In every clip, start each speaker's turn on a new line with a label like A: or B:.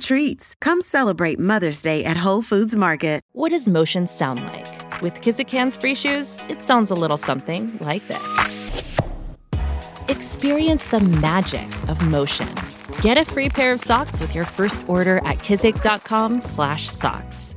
A: treats. Come celebrate Mother's Day at Whole Foods Market.
B: What does motion sound like? With Kizikans free shoes, it sounds a little something like this. Experience the magic of motion. Get a free pair of socks with your first order at kizik.com/socks.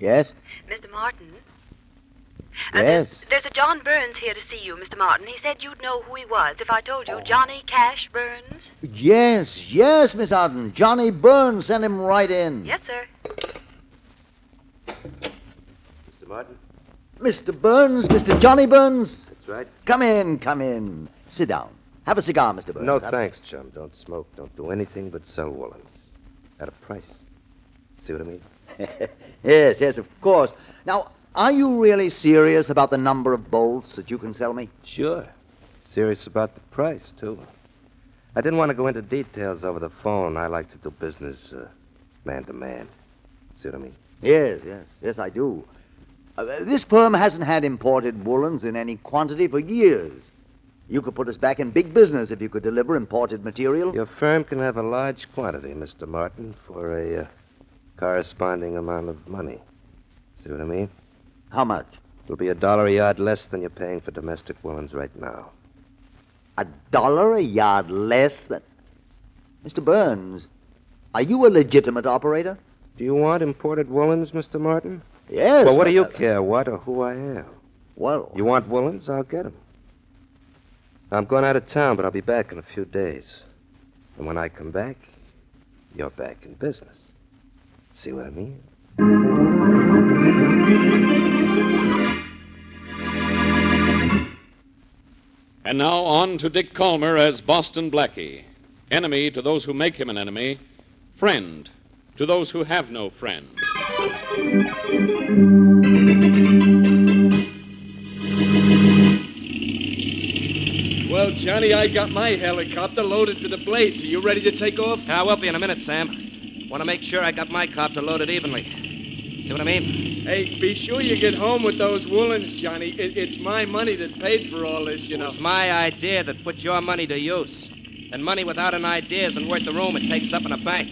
C: Yes?
D: Mr. Martin? Uh,
C: Yes.
D: there's, there's a John Burns here to see you, Mr. Martin. He said you'd know who he was if I told you. Johnny Cash Burns?
C: Yes, yes, Miss Arden. Johnny Burns, send him right
E: Hmm.
C: in.
D: Yes, sir.
F: Mr. Martin?
C: Mr. Burns, Mr. Johnny Burns.
F: That's right.
C: Come in, come in. Sit down. Have a cigar, Mr. Burns.
F: No
C: Have-
F: thanks, chum. Don't smoke. Don't do anything but sell Woolens. At a price. See what I mean?
C: Yes, yes, of course. Now, are you really serious about the number of bolts that you can sell me?
F: Sure. Serious about the price, too. I didn't want to go into details over the phone. I like to do business uh, man to man. See what I mean?
C: Yes, yes, yes, I do. Uh, this firm hasn't had imported woolens in any quantity for years. You could put us back in big business if you could deliver imported material.
F: Your firm can have a large quantity, Mr. Martin, for a uh, corresponding amount of money. See what I mean?
C: How much?
F: It'll be a dollar a yard less than you're paying for domestic woolens right now.
C: A dollar a yard less than. Mr. Burns, are you a legitimate operator?
F: Do you want imported woolens, Mr. Martin?
C: Yes.
F: well, what do
C: but-
F: you care, what or who I am?
C: Well,
F: You want woolens? I'll get 'em. I'm going out of town, but I'll be back in a few days. And when I come back, you're back in business. See what I mean?
E: And now on to Dick Calmer as Boston Blackie. Enemy to those who make him an enemy, friend to those who have no friend.
G: Well, Johnny, I got my helicopter loaded to the blades. Are you ready to take off?
F: I will be in a minute, Sam. Want to make sure I got my copter loaded evenly. See what I mean?
G: Hey, be sure you get home with those woolens, Johnny. It, it's my money that paid for all this, you
F: It
G: know.
F: was my idea that put your money to use. And money without an idea isn't worth the room it takes up in a bank.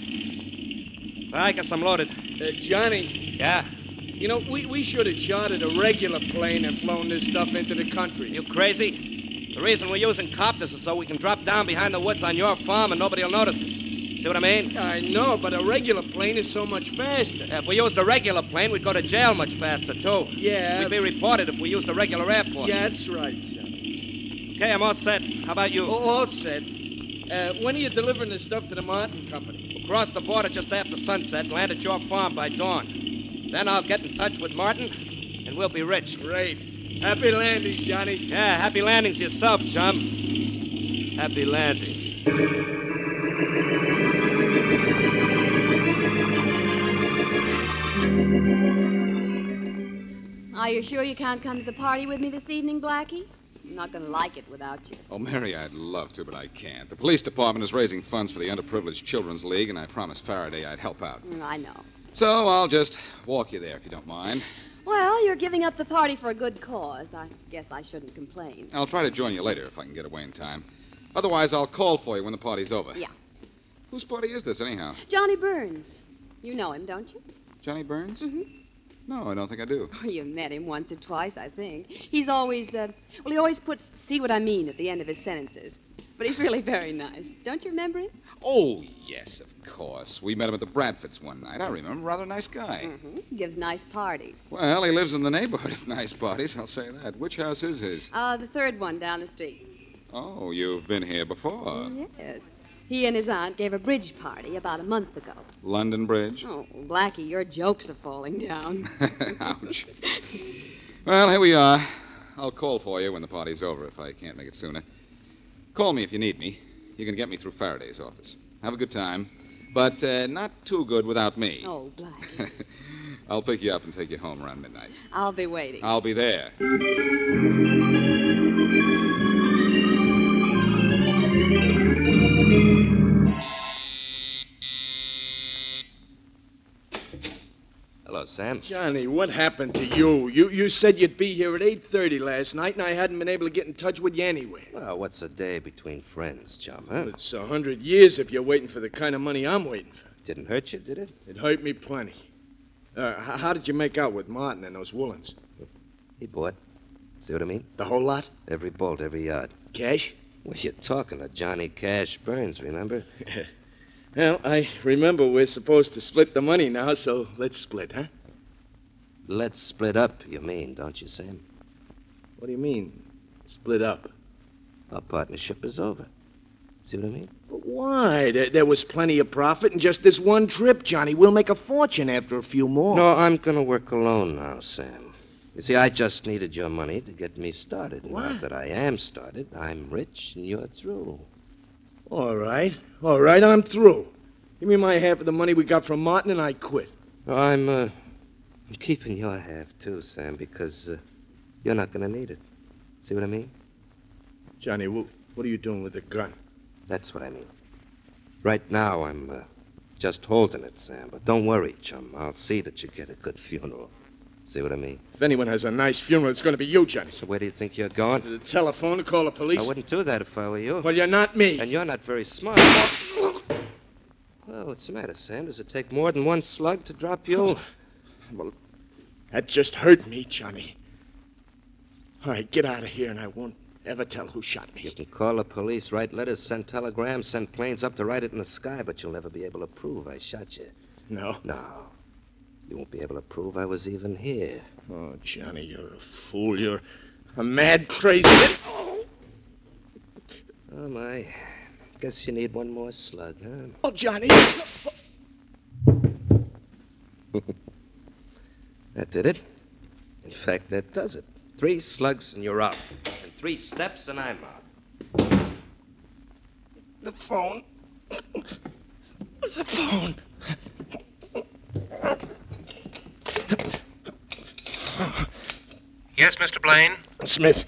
F: I guess I'm loaded.
G: Uh, Johnny,
F: Yeah.
G: you know, we, we should have chartered a regular plane and flown this stuff into the country.
F: You crazy? The reason we're using copters is so we can drop down behind the woods on your farm and nobody'll notice us. See what I mean?
G: I know, but a regular plane is so much faster.
F: If we used a regular plane, we'd go to jail much faster, too.
G: Yeah.
F: We'd be reported if we used a regular airport.
G: Yeah, that's right, Johnny.
F: Okay, I'm all set. How about you?
G: All- Oh, All set. Uh, when are you delivering the stuff to the Martin Company?
F: Cross the border just after sunset, land at your farm by dawn. Then I'll get in touch with Martin, and we'll be rich.
G: Great. Happy landings, Johnny.
F: Yeah, happy landings yourself, chum. Happy landings.
H: Are you sure you can't come to the party with me this evening, Blackie? I'm not going to like it without you.
E: Oh, Mary, I'd love to, but I can't. The police department is raising funds for the Underprivileged Children's League, and I promised Faraday I'd help out.
H: Mm, I know.
E: So I'll just walk you there if you don't mind.
H: Well, you're giving up the party for a good cause. I guess I shouldn't complain.
E: I'll try to join you later if I can get away in time. Otherwise, I'll call for you when the party's over.
H: Yeah.
E: Whose party is this, anyhow?
H: Johnny Burns. You know him, don't you?
E: Johnny Burns?
H: Mm-hmm.
E: No, I don't think I do.
H: Oh, you met him once or twice, I think. He's always, uh, well, he always puts, see what I mean at the end of his sentences. But he's really very nice. Don't you remember him?
E: Oh, yes, of course. We met him at the Bradfords one night. I remember. Rather nice guy.
H: Mm-hmm. He gives nice parties.
E: Well, he lives in the neighborhood of nice parties, I'll say that. Which house is his?
H: Uh, the third one down the street.
E: Oh, you've been here before.
H: Yes. He and his aunt gave a bridge party about a month ago.
E: London Bridge.
H: Oh, Blackie, your jokes are falling down.
E: Ouch. Well, here we are. I'll call for you when the party's over if I can't make it sooner. Call me if you need me. You can get me through Faraday's office. Have a good time, but uh, not too good without me.
H: Oh, Blackie,
E: I'll pick you up and take you home around midnight.
H: I'll be waiting.
E: I'll be there.
F: Hello, Sam.
G: Johnny, what happened to you? You you said you'd be here at 8.30 last night, and I hadn't been able to get in touch with you anyway.
F: Well, what's a day between friends, chum, huh?
G: It's a hundred years if you're waiting for the kind of money I'm waiting for.
F: Didn't hurt you, did it?
G: It hurt me plenty. Uh, h- how did you make out with Martin and those Woolens?
F: He bought. See what I mean?
G: The whole lot?
F: Every bolt, every yard.
G: Cash?
F: Well, you're talking to Johnny Cash Burns, remember?
G: Well, I remember we're supposed to split the money now, so let's split, huh?
F: Let's split up, you mean, don't you, Sam?
G: What do you mean, split up?
F: Our partnership is over. See what I mean?
G: But why? There, there was plenty of profit in just this one trip, Johnny. We'll make a fortune after a few more.
F: No, I'm going to work alone now, Sam. You see, I just needed your money to get me started. and Now
G: What?
F: that I am started, I'm rich and you're through.
G: All right. All right, I'm through. Give me my half of the money we got from Martin, and I quit.
F: I'm, uh, I'm keeping your half, too, Sam, because uh, you're not going to need it. See what I mean?
G: Johnny, wh- what are you doing with the gun?
F: That's what I mean. Right now, I'm uh, just holding it, Sam. But don't worry, chum. I'll see that you get a good funeral. See what I mean?
G: If anyone has a nice funeral, it's going to be you, Johnny.
F: So where do you think you're going?
G: To the telephone, to call the police.
F: I wouldn't do that if I were you.
G: Well, you're not me.
F: And you're not very smart. Well, what's the matter, Sam? Does it take more than one slug to drop you?
G: That just hurt me, Johnny. All right, get out of here, and I won't ever tell who shot
F: You
G: me.
F: can call the police, write letters, send telegrams, send planes up to write it in the sky, but you'll never be able to prove I shot you.
G: No.
F: No. You won't be able to prove I was even here.
G: Oh, Johnny, you're a fool. You're a mad, crazy. Oh,
F: Oh, my. Guess you need one more slug, huh?
G: oh, Johnny.
F: That did it. In fact, that does it. Three slugs and you're out. And three steps and I'm out.
G: The phone. The phone.
I: Yes, Mr. Blaine.
G: Smith,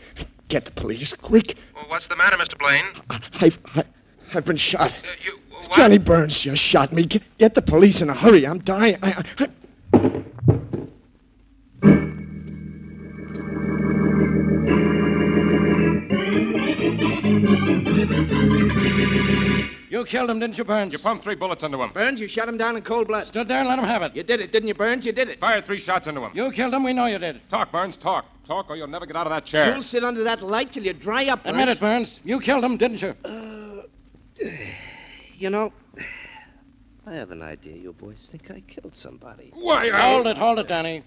G: get the police quick.
I: Well, what's the matter, Mr. Blaine?
G: I've, I, I've been shot.
I: Uh, you, what?
G: Johnny Burns just shot me. Get, get the police in a hurry. I'm dying. I, I, I...
J: You killed him, didn't you, Burns? You pumped three bullets into him.
G: Burns, you shot him down in cold blood.
J: Stood there and let him have it.
G: You did it, didn't you, Burns? You did it.
J: Fired three shots into him. You killed him, we know you did. Talk, Burns, talk. Talk, or you'll never get out of that chair.
G: You'll sit under that light till you dry up.
J: Admit it, Burns. You killed him, didn't you?
F: You know, I have an idea you boys think I killed somebody.
J: Why, uh, Hold it, hold it, Danny.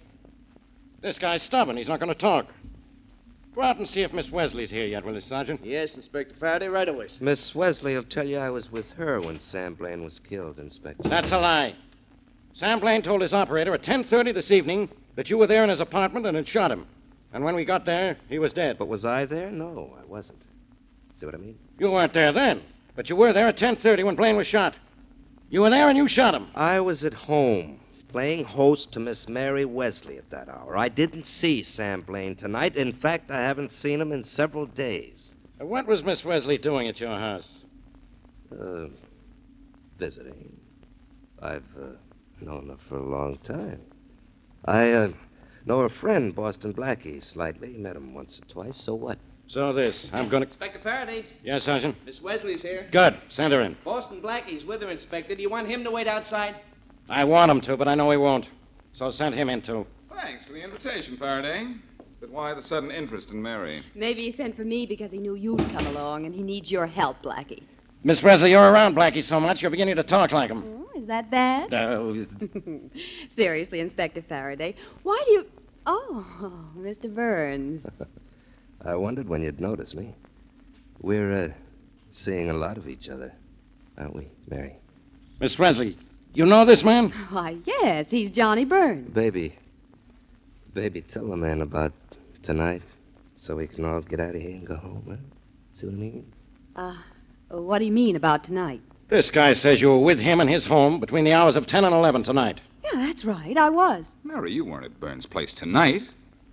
J: This guy's stubborn. He's not going to talk. Go out and see if Miss Wesley's here yet, will you, Sergeant?
G: Yes, Inspector Faraday, right away.
F: Miss Wesley will tell you I was with her when Sam Blaine was killed, Inspector.
J: That's a lie. Sam Blaine told his operator at 10.30 this evening that you were there in his apartment and had shot him. And when we got there, he was dead.
F: But was I there? No, I wasn't. See what I mean?
J: You weren't there then, but you were there at 10.30 when Blaine was shot. You were there and you shot him.
F: I was at home. playing host to Miss Mary Wesley at that hour. I didn't see Sam Blaine tonight. In fact, I haven't seen him in several days.
J: Uh, What was Miss Wesley doing at your house?
F: Uh, visiting. I've uh, known her for a long time. I uh, know her friend, Boston Blackie, slightly. Met him once or twice. So what?
J: So this. I'm going to.
K: Inspector Faraday.
J: Yes, Sergeant.
K: Miss Wesley's here.
J: Good. Send her in.
K: Boston Blackie's with her, Inspector. Do you want him to wait outside?
J: I want him to, but I know he won't. So send him in, too.
E: Thanks for the invitation, Faraday. But why the sudden interest in Mary?
H: Maybe he sent for me because he knew you'd come along and he needs your help, Blackie.
J: Miss Wesley, you're around Blackie so much, you're beginning to talk like him.
H: Oh, is that bad?
J: Uh,
H: Seriously, Inspector Faraday, why do you. Oh, Mr. Burns.
F: I wondered when you'd notice me. We're uh, seeing a lot of each other, aren't we, Mary?
J: Miss Wesley, you know this man?
H: Why, yes, he's Johnny Burns.
F: Baby. Baby, tell the man about tonight so we can all get out of here and go home, huh? See what I mean?
H: Uh, what do you mean about tonight?
J: This guy says you were with him in his home between the hours of 10 and 11 tonight.
H: Yeah, that's right. I was.
E: Mary, you weren't at Burns' place tonight.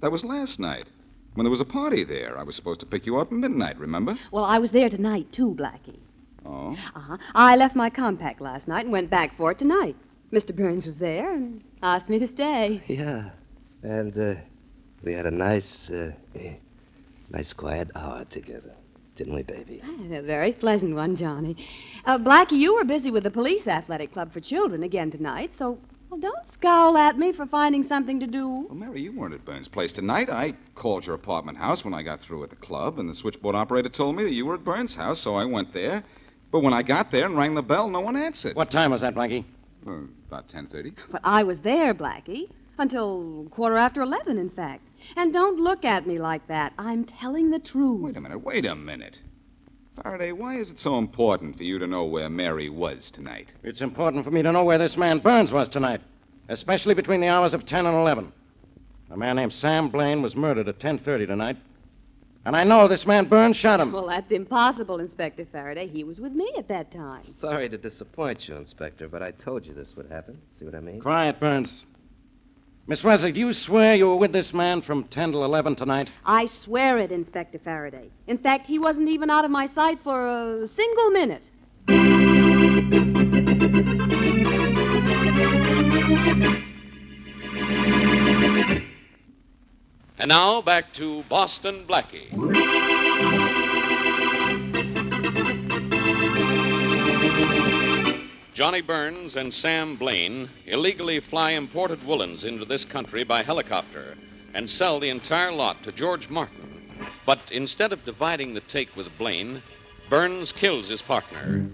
E: That was last night. When there was a party there, I was supposed to pick you up at midnight, remember?
H: Well, I was there tonight, too, Blackie.
E: Oh.
H: Uh-huh. I left my compact last night and went back for it tonight. Mr. Burns was there and asked me to stay.
F: Yeah. And uh, we had a nice, uh, eh, nice quiet hour together, didn't we, baby?
H: A very pleasant one, Johnny. Uh, Blackie, you were busy with the police athletic club for children again tonight, so well, don't scowl at me for finding something to do.
E: Well, Mary, you weren't at Burns' place tonight. I called your apartment house when I got through at the club, and the switchboard operator told me that you were at Burns' house, so I went there. But when I got there and rang the bell, no one answered.
J: What time was that, Blackie?
E: about ten thirty.
H: But I was there, Blackie, until quarter after eleven, in fact. And don't look at me like that. I'm telling the truth.
E: Wait a minute. Wait a minute. Faraday, why is it so important for you to know where Mary was tonight?
J: It's important for me to know where this man Burns was tonight, especially between the hours of 10 and 11. A man named Sam Blaine was murdered at 10:30 tonight, and I know this man Burns shot him.
H: Well, that's impossible, Inspector Faraday. He was with me at that time.
F: Sorry to disappoint you, Inspector, but I told you this would happen. See what I mean?
J: Quiet, Burns. Miss Wesley, do you swear you were with this man from 10 to 11 tonight?
H: I swear it, Inspector Faraday. In fact, he wasn't even out of my sight for a single minute.
L: And now back to Boston Blackie. Johnny Burns and Sam Blaine illegally fly imported woolens into this country by helicopter and sell the entire lot to George Martin. But instead of dividing the take with Blaine, Burns kills his partner.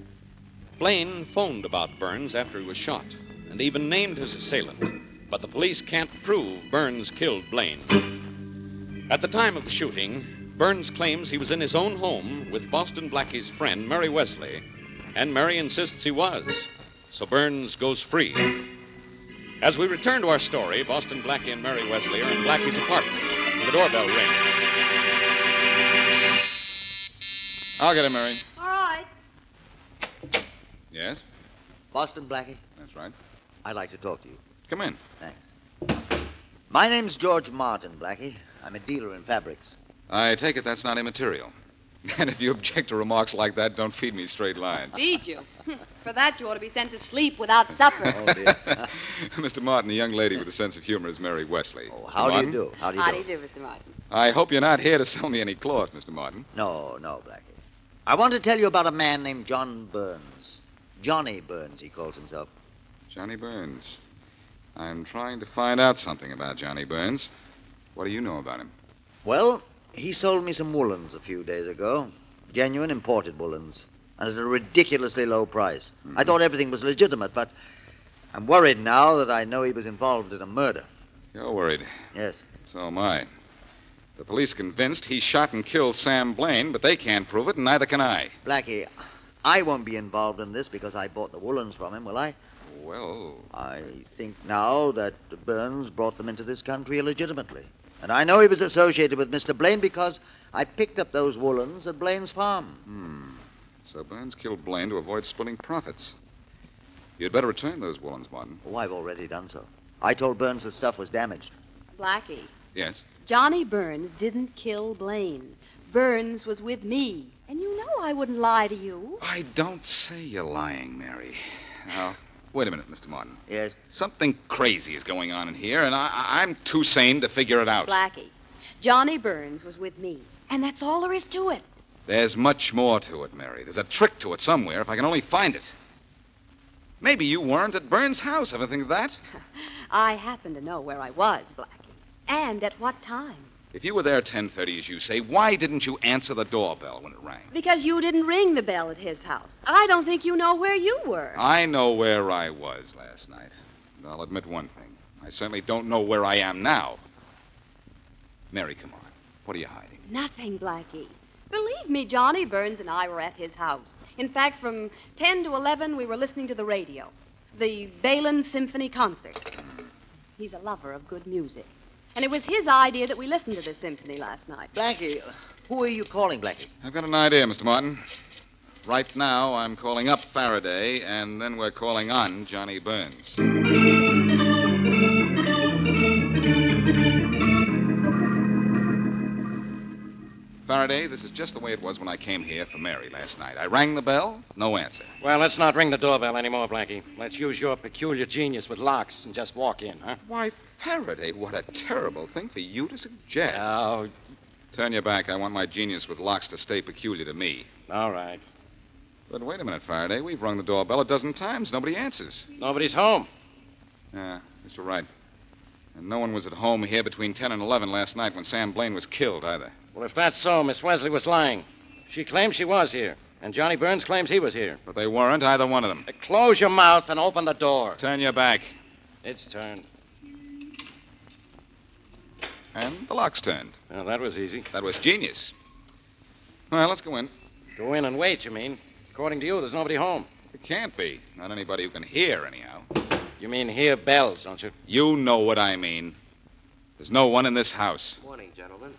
L: Blaine phoned about Burns after he was shot and even named his assailant, but the police can't prove Burns killed Blaine. At the time of the shooting, Burns claims he was in his own home with Boston Blackie's friend, Mary Wesley, and Mary insists he was. So Burns goes free. As we return to our story, Boston Blackie and Mary Wesley are in Blackie's apartment. The doorbell rings.
E: I'll get him, Mary.
H: All right.
E: Yes?
C: Boston Blackie.
E: That's right.
C: I'd like to talk to you.
E: Come in.
C: Thanks. My name's George Martin, Blackie. I'm a dealer in fabrics.
E: I take it that's not immaterial. And if you object to remarks like that, don't feed me straight lines.
H: Did you? For that, you ought to be sent to sleep without supper.
E: Oh, Mr. Martin, the young lady with a sense of humor is Mary Wesley. Oh,
C: how do you do? How
H: How do you do, Mr. Martin?
E: I hope you're not here to sell me any cloth, Mr. Martin.
C: No, no, Blackie. I want to tell you about a man named John Burns. Johnny Burns, he calls himself.
E: Johnny Burns. I'm trying to find out something about Johnny Burns. What do you know about him?
C: Well, he sold me some woolens a few days ago. Genuine imported woolens. And at a ridiculously low price. I thought everything was legitimate, but I'm worried now that I know he was involved in a murder.
E: You're worried.
C: Yes.
E: So am I. The police convinced he shot and killed Sam Blaine, but they can't prove it, and neither can I.
C: Blackie, I won't be involved in this because I bought the woolens from him, will I?
E: Well.
C: I think now that Burns brought them into this country illegitimately. And I know he was associated with Mr. Blaine because I picked up those woolens at Blaine's farm.
E: Hmm. So Burns killed Blaine to avoid splitting profits. You'd better return those woolens, Martin.
C: Oh, I've already done so. I told Burns the stuff was damaged.
H: Blackie,
E: Yes.
H: Johnny Burns didn't kill Blaine. Burns was with me. And you know I wouldn't lie to you.
E: I don't say you're lying, Mary. Now, wait a minute, Mr. Martin.
C: Yes?
E: Something crazy is going on in here, and I, I- I'm too sane to figure it out.
H: Blackie, Johnny Burns was with me. And that's all there is to it.
E: There's much more to it, Mary. There's a trick to it somewhere, if I can only find it. Maybe you weren't at Burns' house. Ever think of that?
H: I happen to know where I was, Blackie. And at what time.
E: If you were there 10.30, as you say, why didn't you answer the doorbell when it rang?
H: Because you didn't ring the bell at his house. I don't think you know where you were.
E: I know where I was last night. And I'll admit one thing. I certainly don't know where I am now. Mary, come on. What are you hiding?
H: Nothing, Blackie. Believe me, Johnny Burns and I were at his house. In fact, from 10 to 11, we were listening to the radio. The Balin Symphony Concert. He's a lover of good music. And it was his idea that we listened to the symphony last night.
C: Blackie, who are you calling, Blackie?
E: I've got an idea, Mr. Martin. Right now, I'm calling up Faraday, and then we're calling on Johnny Burns. Faraday, this is just the way it was when I came here for Mary last night. I rang the bell, no answer.
J: Well, let's not ring the doorbell anymore, Blackie. Let's use your peculiar genius with locks and just walk in, huh?
E: Why, Faraday, what a terrible thing for you to suggest. Oh. Turn your back. I want my genius with locks to stay peculiar to me.
J: All right.
E: But wait a minute, Faraday. We've rung the doorbell a dozen times. Nobody answers.
J: Nobody's home.
E: Yeah, Mr. Wright. And no one was at home here between 10 and 11 last night when Sam Blaine was killed, either.
J: Well, if that's so, Miss Wesley was lying. She claims she was here, and Johnny Burns claims he was here.
E: But they weren't, either one of them.
J: Close your mouth and open the door.
E: Turn your back.
J: It's turned.
E: And the lock's turned.
J: Well, that was easy.
E: That was genius. Well, let's go in.
J: Go in and wait, you mean? According to you, there's nobody home.
E: It can't be. Not anybody who can hear, anyhow.
J: You mean hear bells, don't you?
E: You know what I mean. There's no one in this house.
F: Morning, gentlemen.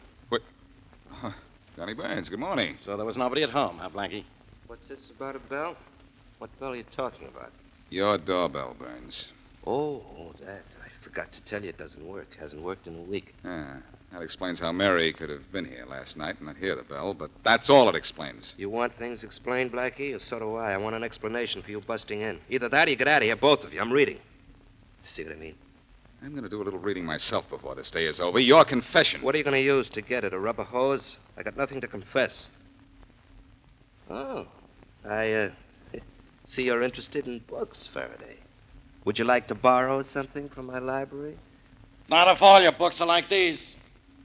E: Johnny Burns, good morning.
J: So there was nobody at home, huh, Blackie?
F: What's this about a bell? What bell are you talking about?
E: Your doorbell, Burns.
F: Oh, oh, that. I forgot to tell you it doesn't work. Hasn't worked in a week.
E: Ah, that explains how Mary could have been here last night and not hear the bell, but that's all it explains.
F: You want things explained, Blackie, or so do I. I want an explanation for you busting in. Either that or you get out of here, both of you. I'm reading. See what I mean?
E: I'm going to do a little reading myself before this day is over. Your confession.
F: What are you going to use to get it? A rubber hose? I got nothing to confess. Oh, I uh, see you're interested in books, Faraday. Would you like to borrow something from my library?
J: Not if all your books are like these.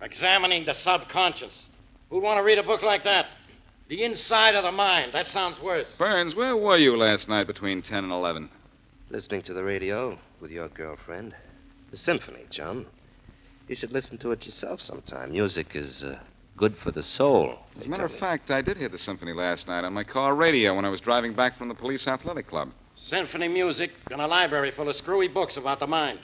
J: Examining the subconscious. Who'd want to read a book like that? The inside of the mind. That sounds worse.
E: Burns, where were you last night between 10 and 11?
F: Listening to the radio with your girlfriend. The symphony, chum. You should listen to it yourself sometime. Music is uh, good for the soul.
E: As a matter of fact, I did hear the symphony last night on my car radio when I was driving back from the police athletic club.
J: Symphony music and a library full of screwy books about the mind.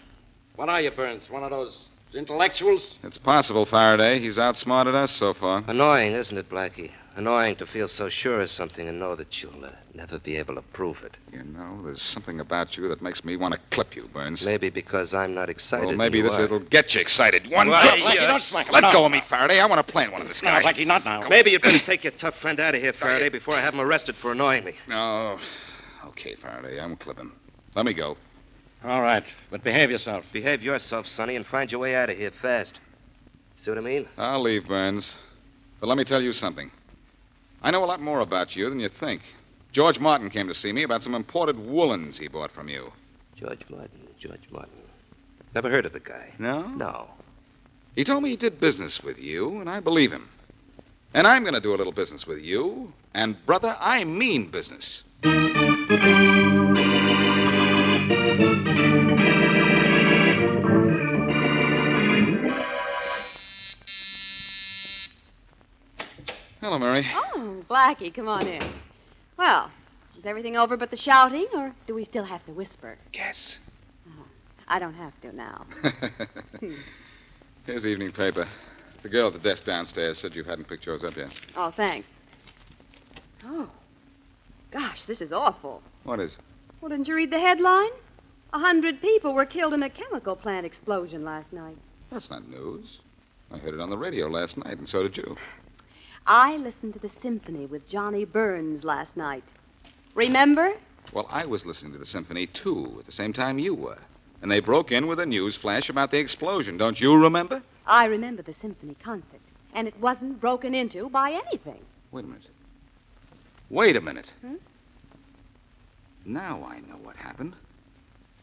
J: What are you, Burns? One of those intellectuals?
E: It's possible, Faraday. He's outsmarted us so far.
F: Annoying, isn't it, Blackie? Annoying to feel so sure of something and know that you'll uh, never be able to prove it.
E: You know, there's something about you that makes me want to clip you, Burns.
F: Maybe because I'm not excited.
E: Well,
F: and
E: maybe
F: you
E: this
F: are.
E: it'll get you excited. One
F: Well,
E: clip.
F: Blackie, don't smack him.
E: Let
F: No.
E: go of me, Faraday. I want to plant one in this
F: No,
E: guy.
F: Blackie,
J: not now.
F: Maybe you'd better take your tough friend out of here, Faraday, before I have him arrested for annoying me.
E: No. Okay, Faraday, I won't clip him. Let me go.
J: All right, but behave yourself.
F: Behave yourself, Sonny, and find your way out of here fast. See what I mean?
E: I'll leave, Burns. But let me tell you something. I know a lot more about you than you think. George Martin came to see me about some imported woolens he bought from you.
F: George Martin, George Martin. Never heard of the guy.
E: No?
F: No.
E: He told me he did business with you, and I believe him. And I'm going to do a little business with you, and brother, I mean business. Hello, Mary.
H: Oh, Blackie, come on in. Well, is everything over but the shouting, or do we still have to whisper? Oh,
E: Yes.
H: I don't have to now. Hmm.
E: Here's the evening paper. The girl at the desk downstairs said you hadn't picked yours up yet.
H: Oh, thanks. Oh, gosh, this is awful.
E: What is?
H: Well, didn't you read the headline? A hundred people were killed in a chemical plant explosion last night.
E: That's not news. I heard it on the radio last night, and so did you.
H: I listened to the symphony with Johnny Burns last night. Remember?
E: Well, I was listening to the symphony, too, at the same time you were. And they broke in with a news flash about the explosion. Don't you remember?
H: I remember the symphony concert, and it wasn't broken into by anything.
E: Wait a minute. Wait a minute.
H: Hmm?
E: Now I know what happened.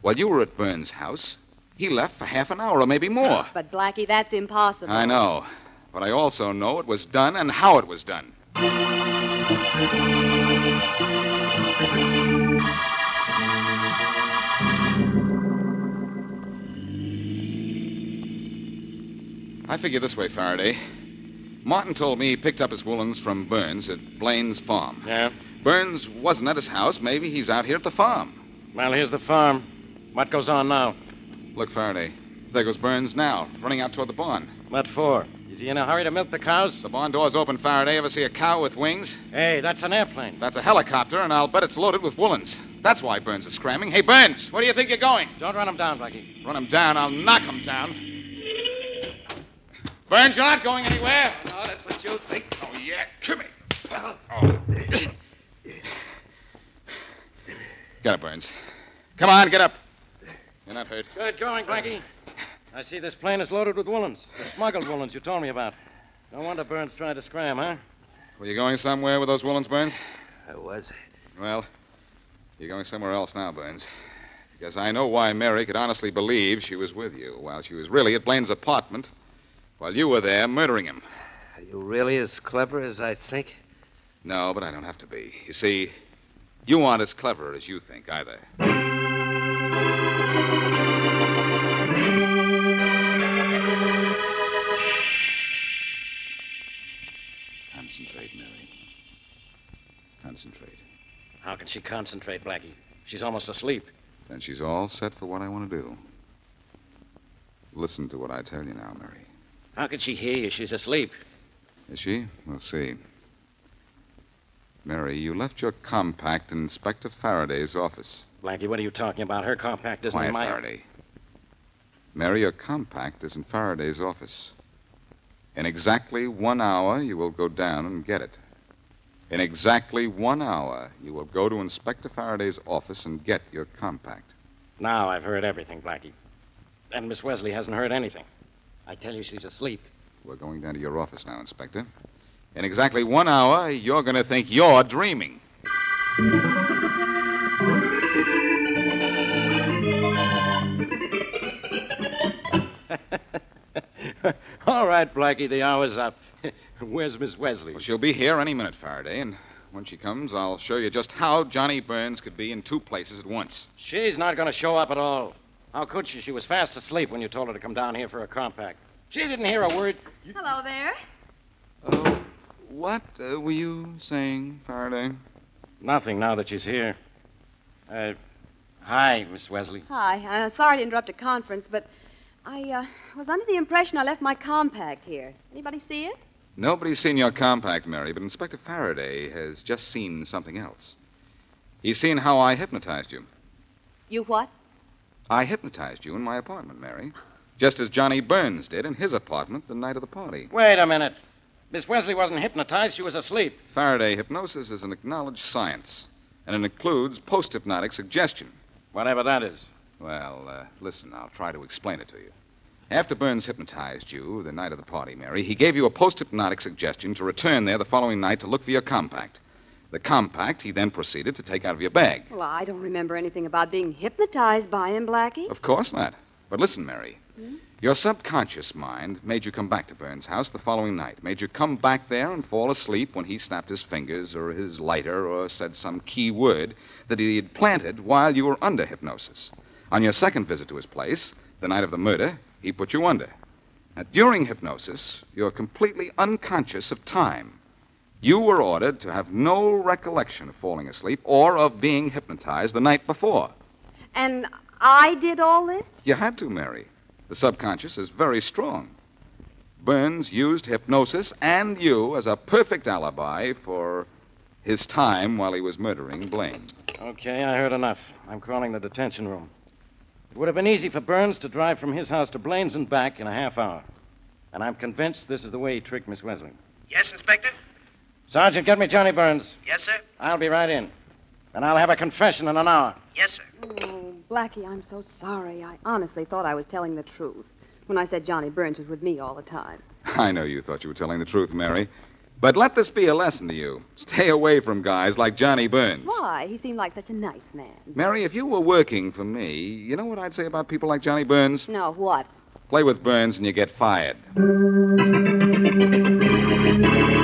E: While you were at Burns' house, he left for half an hour or maybe more.
H: But, Blackie, that's impossible.
E: I know. But I also know it was done and how it was done. I figure this way, Faraday. Martin told me he picked up his woolens from Burns at Blaine's farm.
J: Yeah?
E: Burns wasn't at his house. Maybe he's out here at the farm.
J: Well, here's the farm. What goes on now?
E: Look, Faraday. There goes Burns now, running out toward the barn.
J: What for? Is he in a hurry to milk the cows?
E: The barn door's open, Faraday. Ever see a cow with wings?
J: Hey, that's an airplane.
E: That's a helicopter, and I'll bet it's loaded with woolens. That's why Burns is scramming. Hey, Burns, where do you think you're going?
J: Don't run him down, Blackie.
E: Run him down. I'll knock him down. Burns, you're not going anywhere.
I: Oh, that's what you think.
E: Oh, yeah. Come here. Got it, Burns. Come on, get up. You're not hurt.
J: Good going, Blackie. I see this plane is loaded with woolens. The smuggled woolens you told me about. No wonder Burns tried to scram, huh?
E: Were you going somewhere with those woolens, Burns?
F: I was.
E: Well, you're going somewhere else now, Burns. Because I know why Mary could honestly believe she was with you while she was really at Blaine's apartment while you were there murdering him.
F: Are you really as clever as I think?
E: No, but I don't have to be. You see, you aren't as clever as you think either. Concentrate, Mary. Concentrate.
J: How can she concentrate, Blackie? She's almost asleep.
E: Then she's all set for what I want to do. Listen to what I tell you now, Mary.
J: How can she hear you? She's asleep.
E: Is she? We'll see. Mary, you left your compact in Inspector Faraday's office.
J: Blackie, what are you talking about? Her compact isn't
E: Quiet,
J: in my.
E: Faraday. Mary, your compact is in Faraday's office. In exactly one hour, you will go down and get it. In exactly one hour, you will go to Inspector Faraday's office and get your compact.
J: Now I've heard everything, Blackie. And Miss Wesley hasn't heard anything. I tell you, she's asleep.
E: We're going down to your office now, Inspector. In exactly one hour, you're going to think you're dreaming.
J: All right, Blackie, the hour's up. Where's Miss Wesley?
E: Well, she'll be here any minute, Faraday, and when she comes, I'll show you just how Johnny Burns could be in two places at once.
J: She's not going to show up at all. How could she? She was fast asleep when you told her to come down here for a compact. She didn't hear a word.
H: Hello there.
E: What uh, were you saying, Faraday?
J: Nothing now that she's here. Uh, hi, Miss Wesley.
H: Hi. Uh, sorry to interrupt a conference, but I uh, was under the impression I left my compact here. Anybody see it?
E: Nobody's seen your compact, Mary, but Inspector Faraday has just seen something else. He's seen how I hypnotized you.
H: You what?
E: I hypnotized you in my apartment, Mary, just as Johnny Burns did in his apartment the night of the party.
J: Wait a minute. Miss Wesley wasn't hypnotized. She was asleep.
E: Faraday, hypnosis is an acknowledged science, and it includes post hypnotic suggestion.
J: Whatever that is.
E: Well, uh, listen, I'll try to explain it to you. After Burns hypnotized you the night of the party, Mary, he gave you a post hypnotic suggestion to return there the following night to look for your compact. The compact he then proceeded to take out of your bag.
H: Well, I don't remember anything about being hypnotized by him, Blackie. Hmm?
E: Of course not. But listen, Mary. Your subconscious mind made you come back to Burns' house the following night, made you come back there and fall asleep when he snapped his fingers or his lighter or said some key word that he had planted while you were under hypnosis. On your second visit to his place, the night of the murder, he put you under. Now, during hypnosis, you're completely unconscious of time. You were ordered to have no recollection of falling asleep or of being hypnotized the night before.
H: And I did all this?
E: You had to, Mary. The subconscious is very strong. Burns used hypnosis and you as a perfect alibi for his time while he was murdering Blaine.
J: Okay, I heard enough. I'm calling the detention room. It would have been easy for Burns to drive from his house to Blaine's and back in a half hour. And I'm convinced this is the way he tricked Miss Wesley.
I: Yes, Inspector?
J: Sergeant, get me Johnny Burns.
I: Yes, sir?
J: I'll be right in. And I'll have a confession in an hour.
I: Yes, sir.
H: Oh, Blackie, I'm so sorry. I honestly thought I was telling the truth when I said Johnny Burns was with me all the time.
E: I know you thought you were telling the truth, Mary. But let this be a lesson to you. Stay away from guys like Johnny Burns.
H: Why? He seemed like such a nice man.
E: Mary, if you were working for me, you know what I'd say about people like Johnny Burns?
H: No, what?
E: Play with Burns and you get fired.
M: Thank you.